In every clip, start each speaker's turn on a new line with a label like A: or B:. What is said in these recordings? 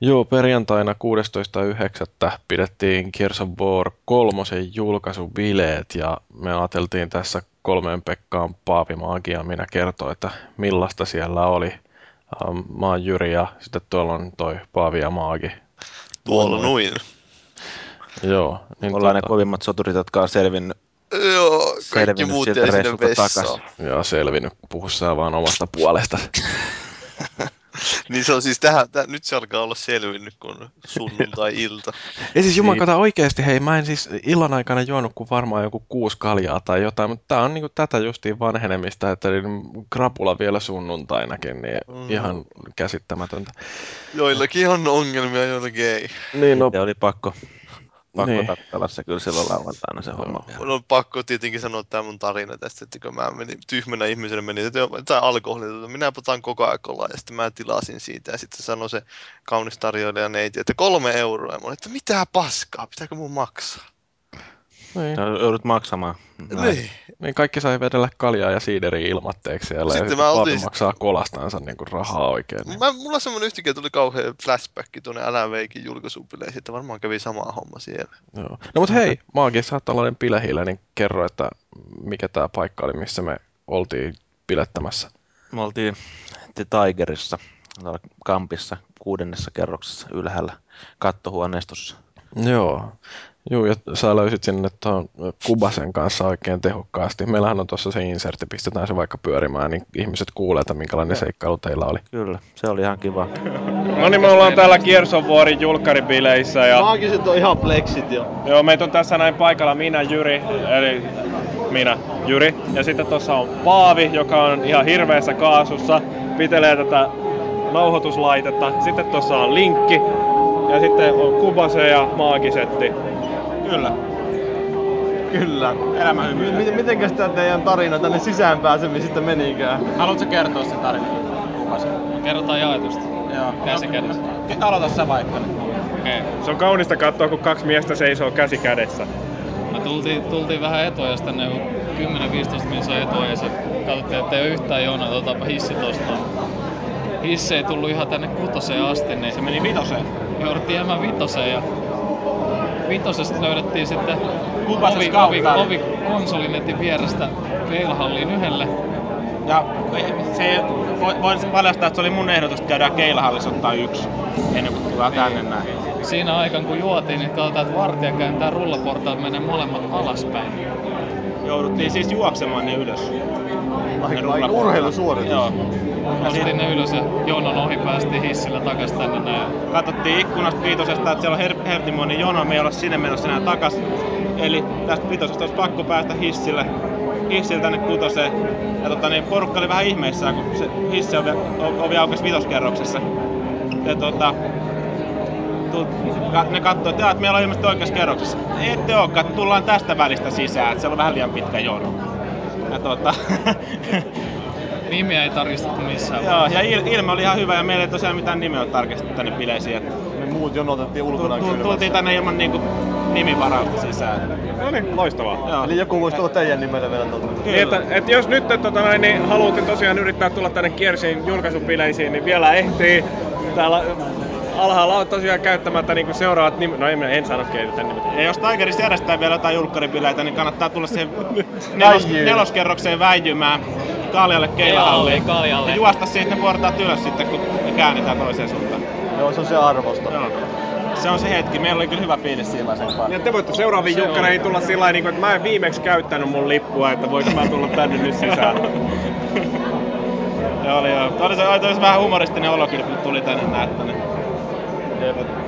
A: Juu, perjantaina 16.9. pidettiin Gears of War 3 julkaisubileet ja me ajateltiin tässä kolmeen Pekkaan paapimaagia minä kertoa, että millaista siellä oli. Ähm, Mä oon Jyri ja sitten tuolla on toi Paavi ja Maagi.
B: Tuolla noin.
A: Joo, niin
C: Ollaan ne kovimmat soturit, jotka on selvinnyt.
B: Joo, kaikki
C: Selvinnyt
B: muut
C: siltä
B: jäi sinne
C: reissulta
B: vessaan.
C: takas.
A: ja selvinnyt, puhu sä vaan omasta puolesta.
B: Niin se on siis tähän, täh, nyt se alkaa olla selvinnyt, kun sunnuntai-ilta.
A: Ei siis juman
C: Niin.
A: kautta oikeesti, hei mä en siis illan aikana juonut kuin varmaan joku kuusi kaljaa tai jotain, mutta tää on niinku tätä justiin vanhenemista, että niin krapula vielä sunnuntainakin, niin
B: Mm.
A: ihan käsittämätöntä.
B: Joillakin on ongelmia, joillakin ei.
A: Niin no,
C: Se oli pakko, pakko
A: Niin.
C: niin. tappella se kyllä silloin lauantaina se homma.
B: Mun on pakko tietenkin sanoa tämä mun tarina tästä, että kun mä menin, tyhmänä ihmisenä menin, että joo, tää alkoholitonta, minä potan koko ajan kolaa, ja sitten mä tilasin siitä, ja sitten sanoi se kaunis tarjoilija neiti, että kolme euroa, ja mä olin, että mitä paskaa, pitääkö mun maksaa?
A: niin,
C: Ja Joudut maksamaan.
B: Niin.
A: niin kaikki sai vedellä kaljaa ja siideriä ilmatteeksi siellä
B: Sitten
A: ja sitten
B: mä otin
A: Paavi
B: sit-
A: maksaa kolastansa niinku rahaa oikein. Niin.
B: Mä, mulla semmonen yhtäkkiä tuli kauhea flashback tuonne Älä Veikin julkaisupileisiin, että varmaan kävi sama homma siellä.
A: Joo. No mut hei, Maagi, sä oot tällainen pilehillä, niin kerro, että mikä tää paikka oli, missä me oltiin pilettämässä.
C: Me oltiin The Tigerissa, tuolla kampissa, kuudennessa kerroksessa ylhäällä kattohuoneistossa.
A: Joo. Joo, ja sä löysit sinne tuon Kubasen kanssa oikein tehokkaasti. Meillähän on tuossa se insertti, pistetään se vaikka pyörimään, niin ihmiset kuulee, että minkälainen seikkailu teillä oli.
C: Kyllä, se oli ihan kiva.
D: No niin, me ollaan täällä Kiersovuorin julkkaribileissä ja
E: Maagiset on ihan flexit jo.
D: joo, meitä on tässä näin paikalla minä, Jyri, eli minä, Jyri. Ja sitten tuossa on Paavi, joka on ihan hirveässä kaasussa, pitelee tätä nauhoituslaitetta. Sitten tuossa on Linkki ja sitten on Kubase ja Maagisetti.
E: Kyllä. Kyllä. Elämä hyvin. M- mitenkäs tää teidän tarina tänne sisään pääsemisistä menikään?
F: Haluatko kertoa sen tarinan? Kerrotaan jaetusti. Joo. Käsi kädessä. Aloita sä vaikka. Okei. Okay.
D: Se on kaunista katsoa, kun kaksi miestä seisoo käsi kädessä.
F: No tultiin, tultiin vähän etuajasta tänne joku 10-15 minsa etuajassa. Katsottiin, ettei ole yhtään jonaa, otapa hissi tosta. Hissi ei tullut ihan tänne kutoseen asti, niin se meni vitoseen. Jouduttiin jäämään vitoseen ja vitosesta löydettiin sitten
E: Kupasen
F: ovi, ovi,
E: kautta.
F: ovi konsolinetin vierestä keilhalliin yhdelle.
E: Ja se, voin paljastaa, että se oli mun ehdotus, että käydään keilahallissa ottaa yksi. Ennen kuin tullaan tänne näin.
F: Siinä aikaan kun juotiin, niin katsotaan, että vartija kääntää rullaportaat menee molemmat alaspäin.
E: Jouduttiin siis juoksemaan ne ylös. Aika
F: urheilusuoritus. Nostin ne ylös ja jonon ohi päästiin hissillä takas tänne näin.
E: Katsottiin ikkunasta viitosesta, että siellä on her- hertimoinen jono, me ei olla sinne menossa enää takas. Eli tästä vitosesta olisi pakko päästä hissille, hissille tänne kutoseen. Ja tota, niin porukka oli vähän ihmeissään, kun se hissi ovi, o- ovi aukesi vitoskerroksessa. Ja tota, tu- ka- ne katsoi, että, "Jaa, että meillä on ilmeisesti oikeassa kerroksessa. Ette olekaan, että tullaan tästä välistä sisään, että siellä on vähän liian pitkä jono. Ja tota,
F: Nimiä ei tarkistettu missään.
E: Joo, ja il- ilme oli ihan hyvä ja meillä ei tosiaan mitään nimeä ole tarkistettu tänne bileisiin. Että Me muut jonotettiin ulkona tu- tu- Tultiin tänne ilman niinku nimivarausta sisään.
D: No niin, loistavaa.
E: Joo. Eli joku voisi tulla teidän nimellä vielä tuolta.
D: Niin, että, että jos nyt et, tota, noin, niin haluatte tosiaan yrittää tulla tänne Kiersin julkaisupileisiin, niin vielä ehtii. Täällä alhaalla on tosiaan käyttämättä niin seuraavat nimet. No ei, minä en sano keitä nimet.
E: Ja jos Tigerissa järjestetään vielä jotain julkkaribileitä, niin kannattaa tulla siihen nelos, neloskerrokseen väijymään Kaljalle
F: Keilahalliin,
E: Keilahalliin.
F: Kaljalle.
E: Ja juosta siitä ne portaat ylös sitten, kun me käännetään toiseen suuntaan.
G: Joo, se on se arvosta.
E: Joo. Se on se hetki. Meillä oli kyllä hyvä fiilis siinä vaiheessa.
D: Ja te voitte seuraaviin julkkareihin tulla sillä lailla, niin että mä en viimeksi käyttänyt mun lippua, että voinko mä tulla tänne nyt sisään.
E: Joo, oli joo. Tämä oli, se, oli se vähän humoristinen olo kyllä, kun tuli tänne näyttäne.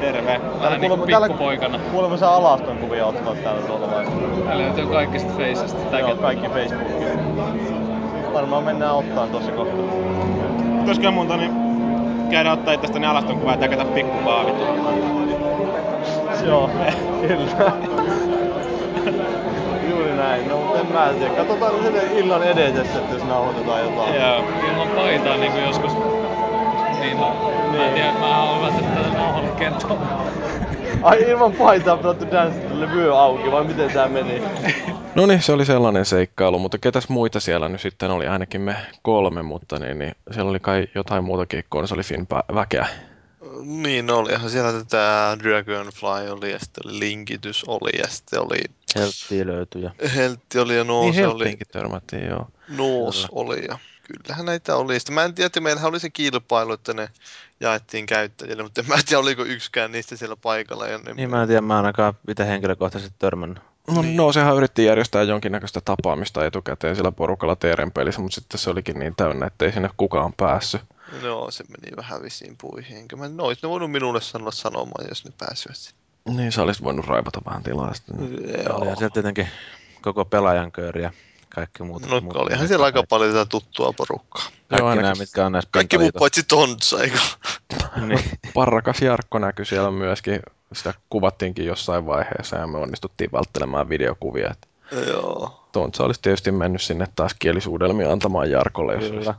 E: Terve.
F: Vähän niinku pikkupoikana.
G: Kuulemma sä alaston kuvia ottaa täällä tuolla vai?
F: Täällä löytyy kaikista feisistä.
G: Joo,
F: Tää
G: kaikki Facebookissa. Varmaan mennään ottaan tossa kohtaa.
E: Pitäisikö muuta niin käydä ottaa itsestäni alaston kuvaa ja täkätä pikku paavit.
G: Joo, kyllä. Juuri näin. No, mutta en mä tiedä. Katsotaan nyt sitten illan edetessä, että jos nauhoitetaan jotain.
E: Joo.
F: ilman paitaa niinku joskus. Niin, no. Mä en tiedä, mä oon välttämättä tätä nauhalle kentoa.
G: Ai ilman paitaa pelattu Dance levy auki, vai miten tää meni?
A: No niin, se oli sellainen seikkailu, mutta ketäs muita siellä nyt sitten oli? Ainakin me kolme, mutta niin, niin siellä oli kai jotain muutakin konsolifin pä- väkeä.
B: niin no olihan siellä tätä Dragonfly oli ja sitten oli Linkitys oli ja sitten oli
C: Helttiä löytyy ja
B: Heltti oli ja
A: niin
B: Noose oli.
A: Helppiinkin törmättiin, joo.
B: Noos oli ja kyllähän näitä oli. Sitten mä en tiedä, että meillähän oli se kilpailu, että ne jaettiin käyttäjille, mutta en mä tiedä, oliko yksikään niistä siellä paikalla. Ja ne...
C: Niin mä en tiedä, mä en ainakaan itse henkilökohtaisesti törmännyt.
A: No, no sehän yritti järjestää jonkinnäköistä tapaamista etukäteen sillä porukalla Teeren pelissä, mutta sitten se olikin niin täynnä, ettei sinne kukaan päässyt.
B: No, se meni vähän visiin puihin. Enkä mä, no, ois ne voinut minulle sanoa sanomaan, jos ne pääsivät sitten.
A: Niin sä olisit voinut raivata vähän tilaa sitten.
C: Joo. Olihan siellä tietenkin koko pelaajan kööri ja kaikki muut.
B: No,
C: muut
B: olihan siellä aika paljon tätä tuttua porukkaa.
A: Joo,
C: Kaikki
A: ainakin
C: nämä, mitkä on näissä
B: Kaikki muut
C: Pintaliitossa.
B: paitsi Tontsa, eikö?
C: Niin.
A: Parrakas Jarkko näkyi siellä myöskin. Sitä kuvattiinkin jossain vaiheessa ja me onnistuttiin välttelemään videokuvia. että
B: Joo.
A: Tontsa olisi tietysti mennyt sinne taas kielisuudelmia antamaan Jarkolle. Jos
C: Kyllä.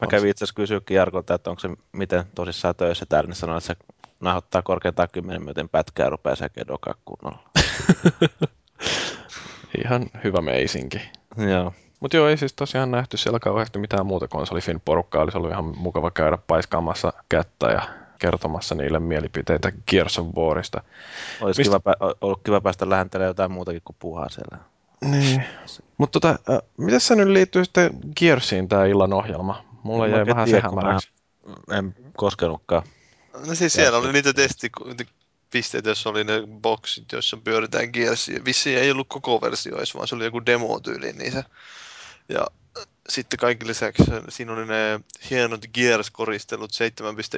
C: Mä kävin itse asiassa kysyäkin Jarkolta, että onko se miten tosissaan töissä täällä, niin sanoin, että se nahoittaa korkeintaan 10 minuutin pätkää ja rupeaa sekin dokaa kunnolla.
A: Ihan hyvä meisinki.
C: Joo.
A: Mutta joo, ei siis tosiaan nähty siellä kauheasti mitään muuta konsolifin porukkaa. Olisi ollut ihan mukava käydä paiskaamassa kättä ja kertomassa niille mielipiteitä Gears of Warista.
C: Olisi
A: Mistä-
C: kiva, pä- ollut kiva päästä lähentelemään jotain muutakin kuin puhaa siellä.
A: Niin. Mutta tota, äh, miten se nyt liittyy sitten Gearsiin tämä illan ohjelma? Mulla
C: En mä
A: jäi
C: oikein
A: vähän se
C: tiedä, kun
A: hämäräksi.
C: En koskenutkaan.
B: No siis siellä oli niitä testipisteitä, jossa oli ne boksit, joissa pyöritään kiersiä. Vissiin ei ollut koko versio edes, vaan se oli joku demotyyli niissä. Ja äh, sitten kaikki lisäksi siinä oli ne hienot Gears-koristelut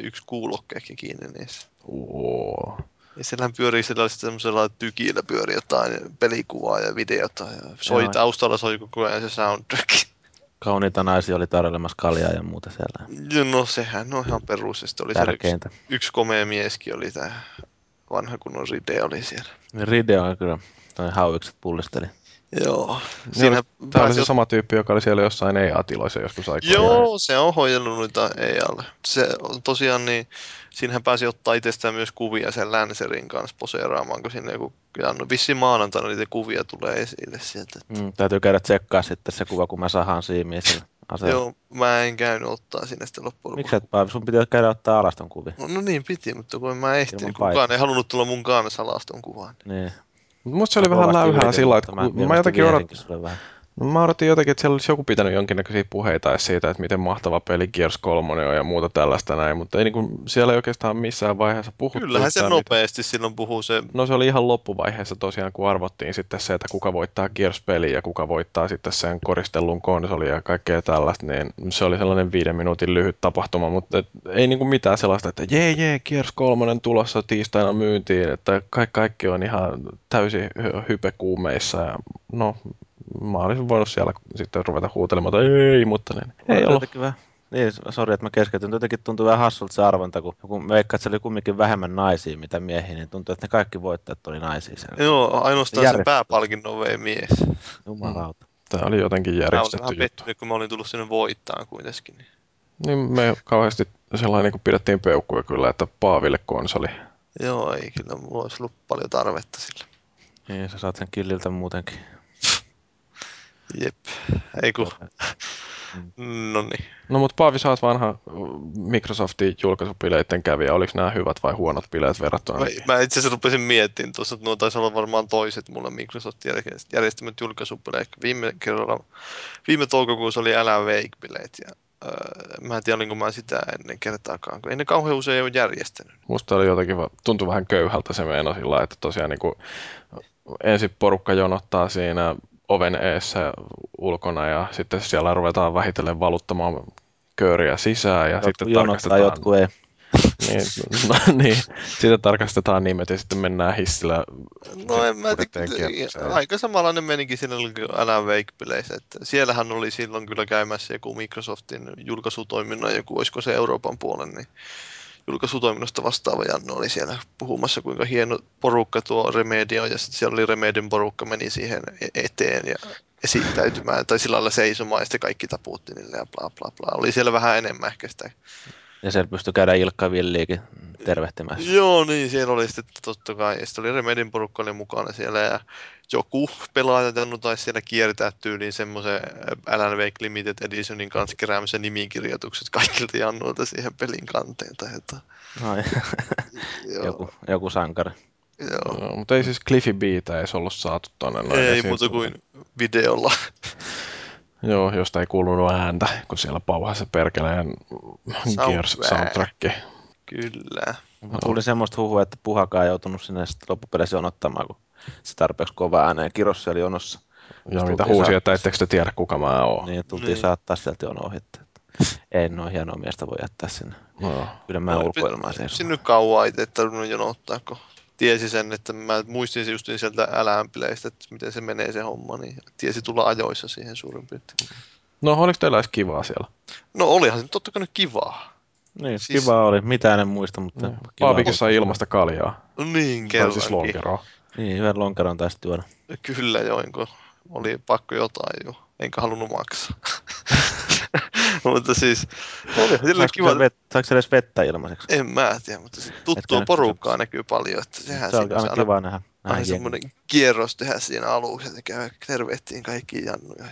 B: 7.1 kuulokkeekin kiinni niissä.
A: Oo.
B: Ja siellähän pyörii sellaisella semmoisella tykillä pyörii jotain pelikuvaa ja videota ja soi
C: Joo.
B: taustalla soi koko ajan se soundtrack.
C: Kauniita naisia oli tarjoilemassa kaljaa ja muuta siellä.
B: Ja no sehän on ihan perus. Ja sitten oli siellä yksi,
C: Tärkeintä.
B: yksi komea mieskin oli tämä vanha kunnon Ride oli siellä.
C: Ride on kyllä, toi hauikset pullisteli.
B: Joo.
A: Siinä Tämä
B: Siinä
A: Niin oli
B: pääsi
A: se
B: jot-
A: sama tyyppi, joka oli siellä jossain EA-tiloissa joskus aikaa.
B: Joo, se on hoidellut noita EAlle. Se on tosiaan niin, siinähän pääsi ottaa itsestään myös kuvia sen Lancerin kanssa poseeraamaan, kun sinne joku, ja no vissiin maanantaina niitä kuvia tulee esille sieltä.
C: Mm, täytyy käydä tsekkaa sitten se kuva, kun mä sahaan siimiä sillä
B: Se.
C: aseella.
B: Joo, mä en käynyt ottaa sinne sitten loppujen lopuksi.
C: Miksi et Paavi? Sun piti käydä ottaa alaston kuvia.
B: No, no niin piti, mutta kun en mä ehtinyt,
C: Ilman
B: kukaan
C: paitaa.
B: ei halunnut tulla mun kanssa alaston kuvaan.
C: Niin.
A: Mutta se oli vähän
C: Kovasti
A: läyhää
C: yritin,
A: sillä, että
C: mutta
A: mä, mä,
C: mielestäni
A: jotenkin odot,
C: vierinkin sulle vähän.
A: No Mä odotin jotenkin, että siellä olisi joku pitänyt jonkinnäköisiä puheita edes siitä, että miten mahtava peli Gears 3 on ja muuta tällaista näin, mutta ei niin kuin, siellä ei oikeastaan missään vaiheessa puhuttu.
B: Kyllähän se
A: yhtään niitä-
B: nopeasti silloin puhuu se,
A: No se oli ihan loppuvaiheessa tosiaan, kun arvottiin sitten se, että kuka voittaa Gears-peliä ja kuka voittaa sitten sen koristellun konsolin ja kaikkea tällaista, niin se oli sellainen viiden minuutin lyhyt tapahtuma, mutta et, ei niinku mitään sellaista, että jee jee, Gears 3 tulossa tiistaina myyntiin, että kaikki, kaikki on ihan täysin hy- hypekuumeissa ja no mä olisin voinut siellä sitten ruveta huutelemaan, että ei, mutta niin, ei
C: Tuntuu
A: ollut.
C: jotenkin vähän- Niin, sori, että mä keskeytyn. Jotenkin tuntuu vähän hassulta se arvonta, kun, kun veikkaat, että se oli kumminkin vähemmän naisia mitä miehiä, niin tuntuu, että ne kaikki voittajat oli naisia siellä.
B: joo, ainoastaan se
C: Järjestys.
B: pääpalkinnon vei mies.
C: Jumalauta.
A: Tämä oli jotenkin
B: Mä olin
A: järjestetty
B: vähän
A: juttu.
B: pettynyt, kun mä olin tullut sinne voittaan kuitenkin. niin.
A: Niin me kauheasti sellainen, kun pidettiin peukkuja kyllä, että Paaville konsoli.
B: Joo, ei kyllä, mulla olisi ollut paljon tarvetta sille.
C: Niin, sä saat sen killiltä muutenkin.
B: Jep, ei kun. No niin.
A: No mutta Paavi, sä oot vanha äh, Microsoftin julkaisupileiden kävijä. Oliko nämä hyvät vai huonot bileet verrattuna?
B: Mä, mä itse asiassa rupesin miettimään tuossa, että nuo taisi olla varmaan toiset mulla Microsoftin järje- järjestämät julkaisubileet. Viime kerralla, viime toukokuussa oli Älä Wake-bileet ja öö, mä en tiedä, olinko mä sitä ennen kertaakaan, kun ei ne kauhean usein ole järjestänyt.
A: Musta oli jotenkin, va- tuntui vähän köyhältä se meino sillä, että tosiaan niin kuin, ensin porukka jonottaa siinä oven eessä ulkona ja sitten siellä ruvetaan vähitellen valuttamaan kööriä sisään ja
C: Jotkut
A: sitten
C: jonottaa,
A: tarkastetaan,
C: jotkut ei.
A: niin, no, niin, sitten tarkastetaan nimet ja sitten mennään hissillä
B: No en mä
A: uuteen kierrokseen.
B: tiedä, aika samanlainen menikin siinä oli kuin Älä Wake-bileissä, että siellähän oli silloin kyllä käymässä joku Microsoftin julkaisutoiminnan, joku olisiko se Euroopan puolen, niin julkaisutoiminnasta vastaava Janne oli siellä puhumassa, kuinka hieno porukka tuo Remedia on, ja sitten siellä oli Remedin porukka, meni siihen e- eteen ja esittäytymään, tai sillä lailla seisomaan, ja sitten kaikki taputti niille ja bla bla bla. Oli siellä vähän enemmän ehkä sitä
C: Ja siellä pystyy käydä Ilkka Villiikin tervehtimässä.
B: Joo, niin, siellä oli sitten totta kai. Ja sitten oli Remedin porukka oli mukana siellä ja joku pelaaja tainnut taisi siellä kiertää tyyliin semmoisen äh, Alan Wake Limited Editionin kanssa keräämisen nimikirjoitukset kaikilta jannuilta siihen pelin kanteen tai jotain.
C: Noin.
B: Joo,
C: joku, joku sankari.
B: joo.
A: Joo, mutta ei siis Cliffy Btä edes ollut saatu tonne. noin
B: Ei
A: esiin.
B: muuta kuin videolla.
A: Joo, josta ei kuulunut ääntä, kun siellä pauhasi se perkeleen Gears
B: Soundtrack.
A: soundtrack.
B: Kyllä.
C: Tuli semmoista huhua, että puhakaan ei joutunut sinne sitten loppupeleissä jonottamaan, kun se tarpeeksi kova ääneen kirossa eli jonossa.
A: Ja
C: Tultiin
A: mitä huusi,
C: saattaa
A: että ettekö te tiedä kuka mä oon.
C: Niin, tultiin
B: Niin.
C: saattaa sieltä jono ohittaa. Ei noin hienoa miestä voi jättää sinne.
A: Joo.
C: Kyllä mä ulkoilmaa
B: Sinne
C: seison.
B: Sinne kauan itse tarvinnut jonottaa, kun tiesi sen, että mä muistin se just sieltä älämpileistä, että miten se menee se homma, niin tiesi tulla ajoissa siihen suurin piirtein.
A: No oliko teillä edes kivaa siellä?
B: No olihan se nyt totta kai nyt kivaa.
C: Niin,
B: siis-
C: kiva oli. Mitään en muista, mutta kiva
A: Paavikin
C: oli.
A: sai ilmasta kaljaa.
B: No niin,
A: Tai
B: kerrankin.
A: siis lonkeroa.
C: Niin, yhden lonkeron taisi juoda.
B: Kyllä join, kun oli pakko jotain jo. Enkä halunnut maksaa. mutta siis, oli sillä
C: Saatko
B: kiva.
C: kiva... vet, saatko edes vettä ilmaiseksi?
B: En mä tiedä, mutta siis
C: Etkä
B: tuttua
C: nyt
B: porukkaa näkyy paljon, että sehän
C: se on
B: siinä
C: aina
B: aina,
C: kivaa nähdä. nähdä
B: aina
C: jengiä.
B: semmoinen kierros tehdä siinä aluksi, että käy tervehtiin kaikki jannuja.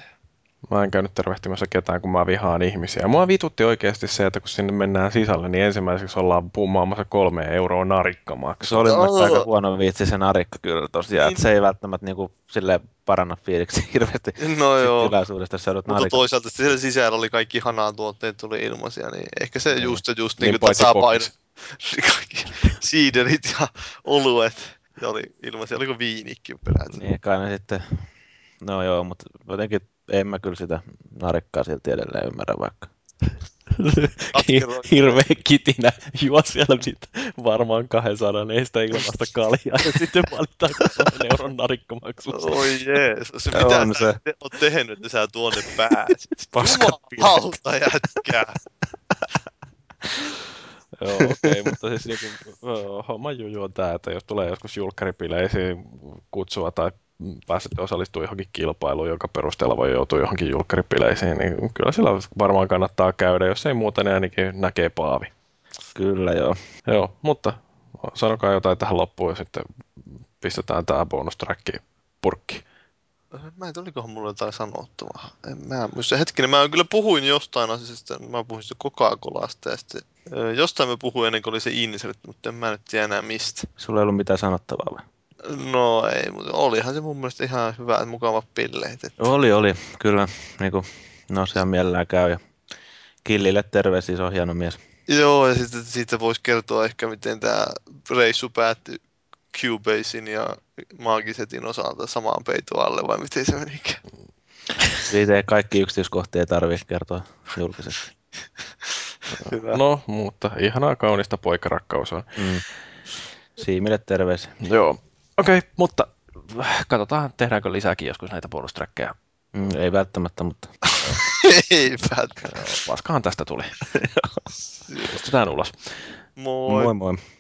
A: Mä en käynyt tervehtimässä ketään, kun mä vihaan ihmisiä. Mua vitutti oikeasti se, että kun sinne mennään sisälle, niin ensimmäiseksi ollaan pummaamassa kolme euroa narikkamaksu.
C: Se oli mun mielestä
B: Joo.
C: aika huono viitsi se narikka kyllä tosiaan, että se
B: Niin.
C: ei välttämättä niinku silleen paranna fiiliksi hirveästi
B: No
C: siitä
B: joo.
C: tilaisuudesta, jos sä joudut
B: Mutta
C: narikka.
B: toisaalta siellä sisällä oli kaikki hanan tuotteet tuli ilmaisia, niin ehkä se just ja just
A: Niin,
B: niin, niin
A: paitsi
B: tasapaino.
A: kokis.
B: kaikki siiderit ja oluet. Ja oli ilmaisia, oliko viinikin peräti.
C: Niin kai ne sitten, no joo, mutta jotenkin en mä kyllä sitä narikkaa silti edelleen ymmärrä vaikka.
B: Katkeroin.
H: Hirveä kitinä juo siellä niitä varmaan 200 neistä ilmasta kaljaa ja sitten valitaan kolmen euron
A: Niin.
H: narikkomaksusta.
B: Oi jeesus,
C: Joo,
B: mitä
C: on
B: sä
C: se.
B: te- oot tehnyt, että sä tuonne pääsit?
C: Paskat
B: Jumalauta jätkää.
A: Joo, okei, mutta siis niinku, öö, homma juju on tää, että jos tulee joskus julkkaripileisiin kutsua tai pääsette osallistumaan johonkin kilpailuun, jonka perusteella voi joutua johonkin julkkaripileisiin, niin kyllä sillä varmaan kannattaa käydä, jos ei muuta, niin ainakin näkee paavi.
C: Kyllä joo.
A: Joo, mutta sanokaa jotain tähän loppuun ja sitten pistetään tää bonustracki purkki.
B: Mä en tiedä, olikohan mulla jotain sanottavaa. En mä muista. Hetkinen, mä kyllä puhuin jostain asiasta. Mä puhuin sitä Coca-Colasta ja sitten ö, jostain mä puhuin ennen kuin oli se insert, mutta en mä nyt tiedä enää mistä.
C: Sulla ei ollut mitään sanottavaa vai?
B: No ei, mutta olihan se mun mielestä ihan hyvä ja mukava pilleet. Et
C: Oli, oli, kyllä. Niinku, no sehän mielellään käy ja Killille terveisiä, siis on hieno mies.
B: Joo, ja sitten siitä voisi kertoa ehkä, miten tämä reissu päättyi Cubasein ja Maagisetin osalta samaan peiton alle, vai miten se menikään?
C: Siitä ei kaikki yksityiskohtia ei tarvitse kertoa julkisesti.
B: Hyvä.
A: No, mutta ihanaa kaunista poikarakkaus on.
C: Mm. Siimille terveisiä.
A: Joo, okei, okay, mutta katsotaan, tehdäänkö lisääkin joskus näitä bonustrackeja.
C: Mm, ei välttämättä, mutta
B: Ei päätä.
A: Paskahan tästä tuli. Pistetään ulos.
B: Moi.
C: moi moi. moi.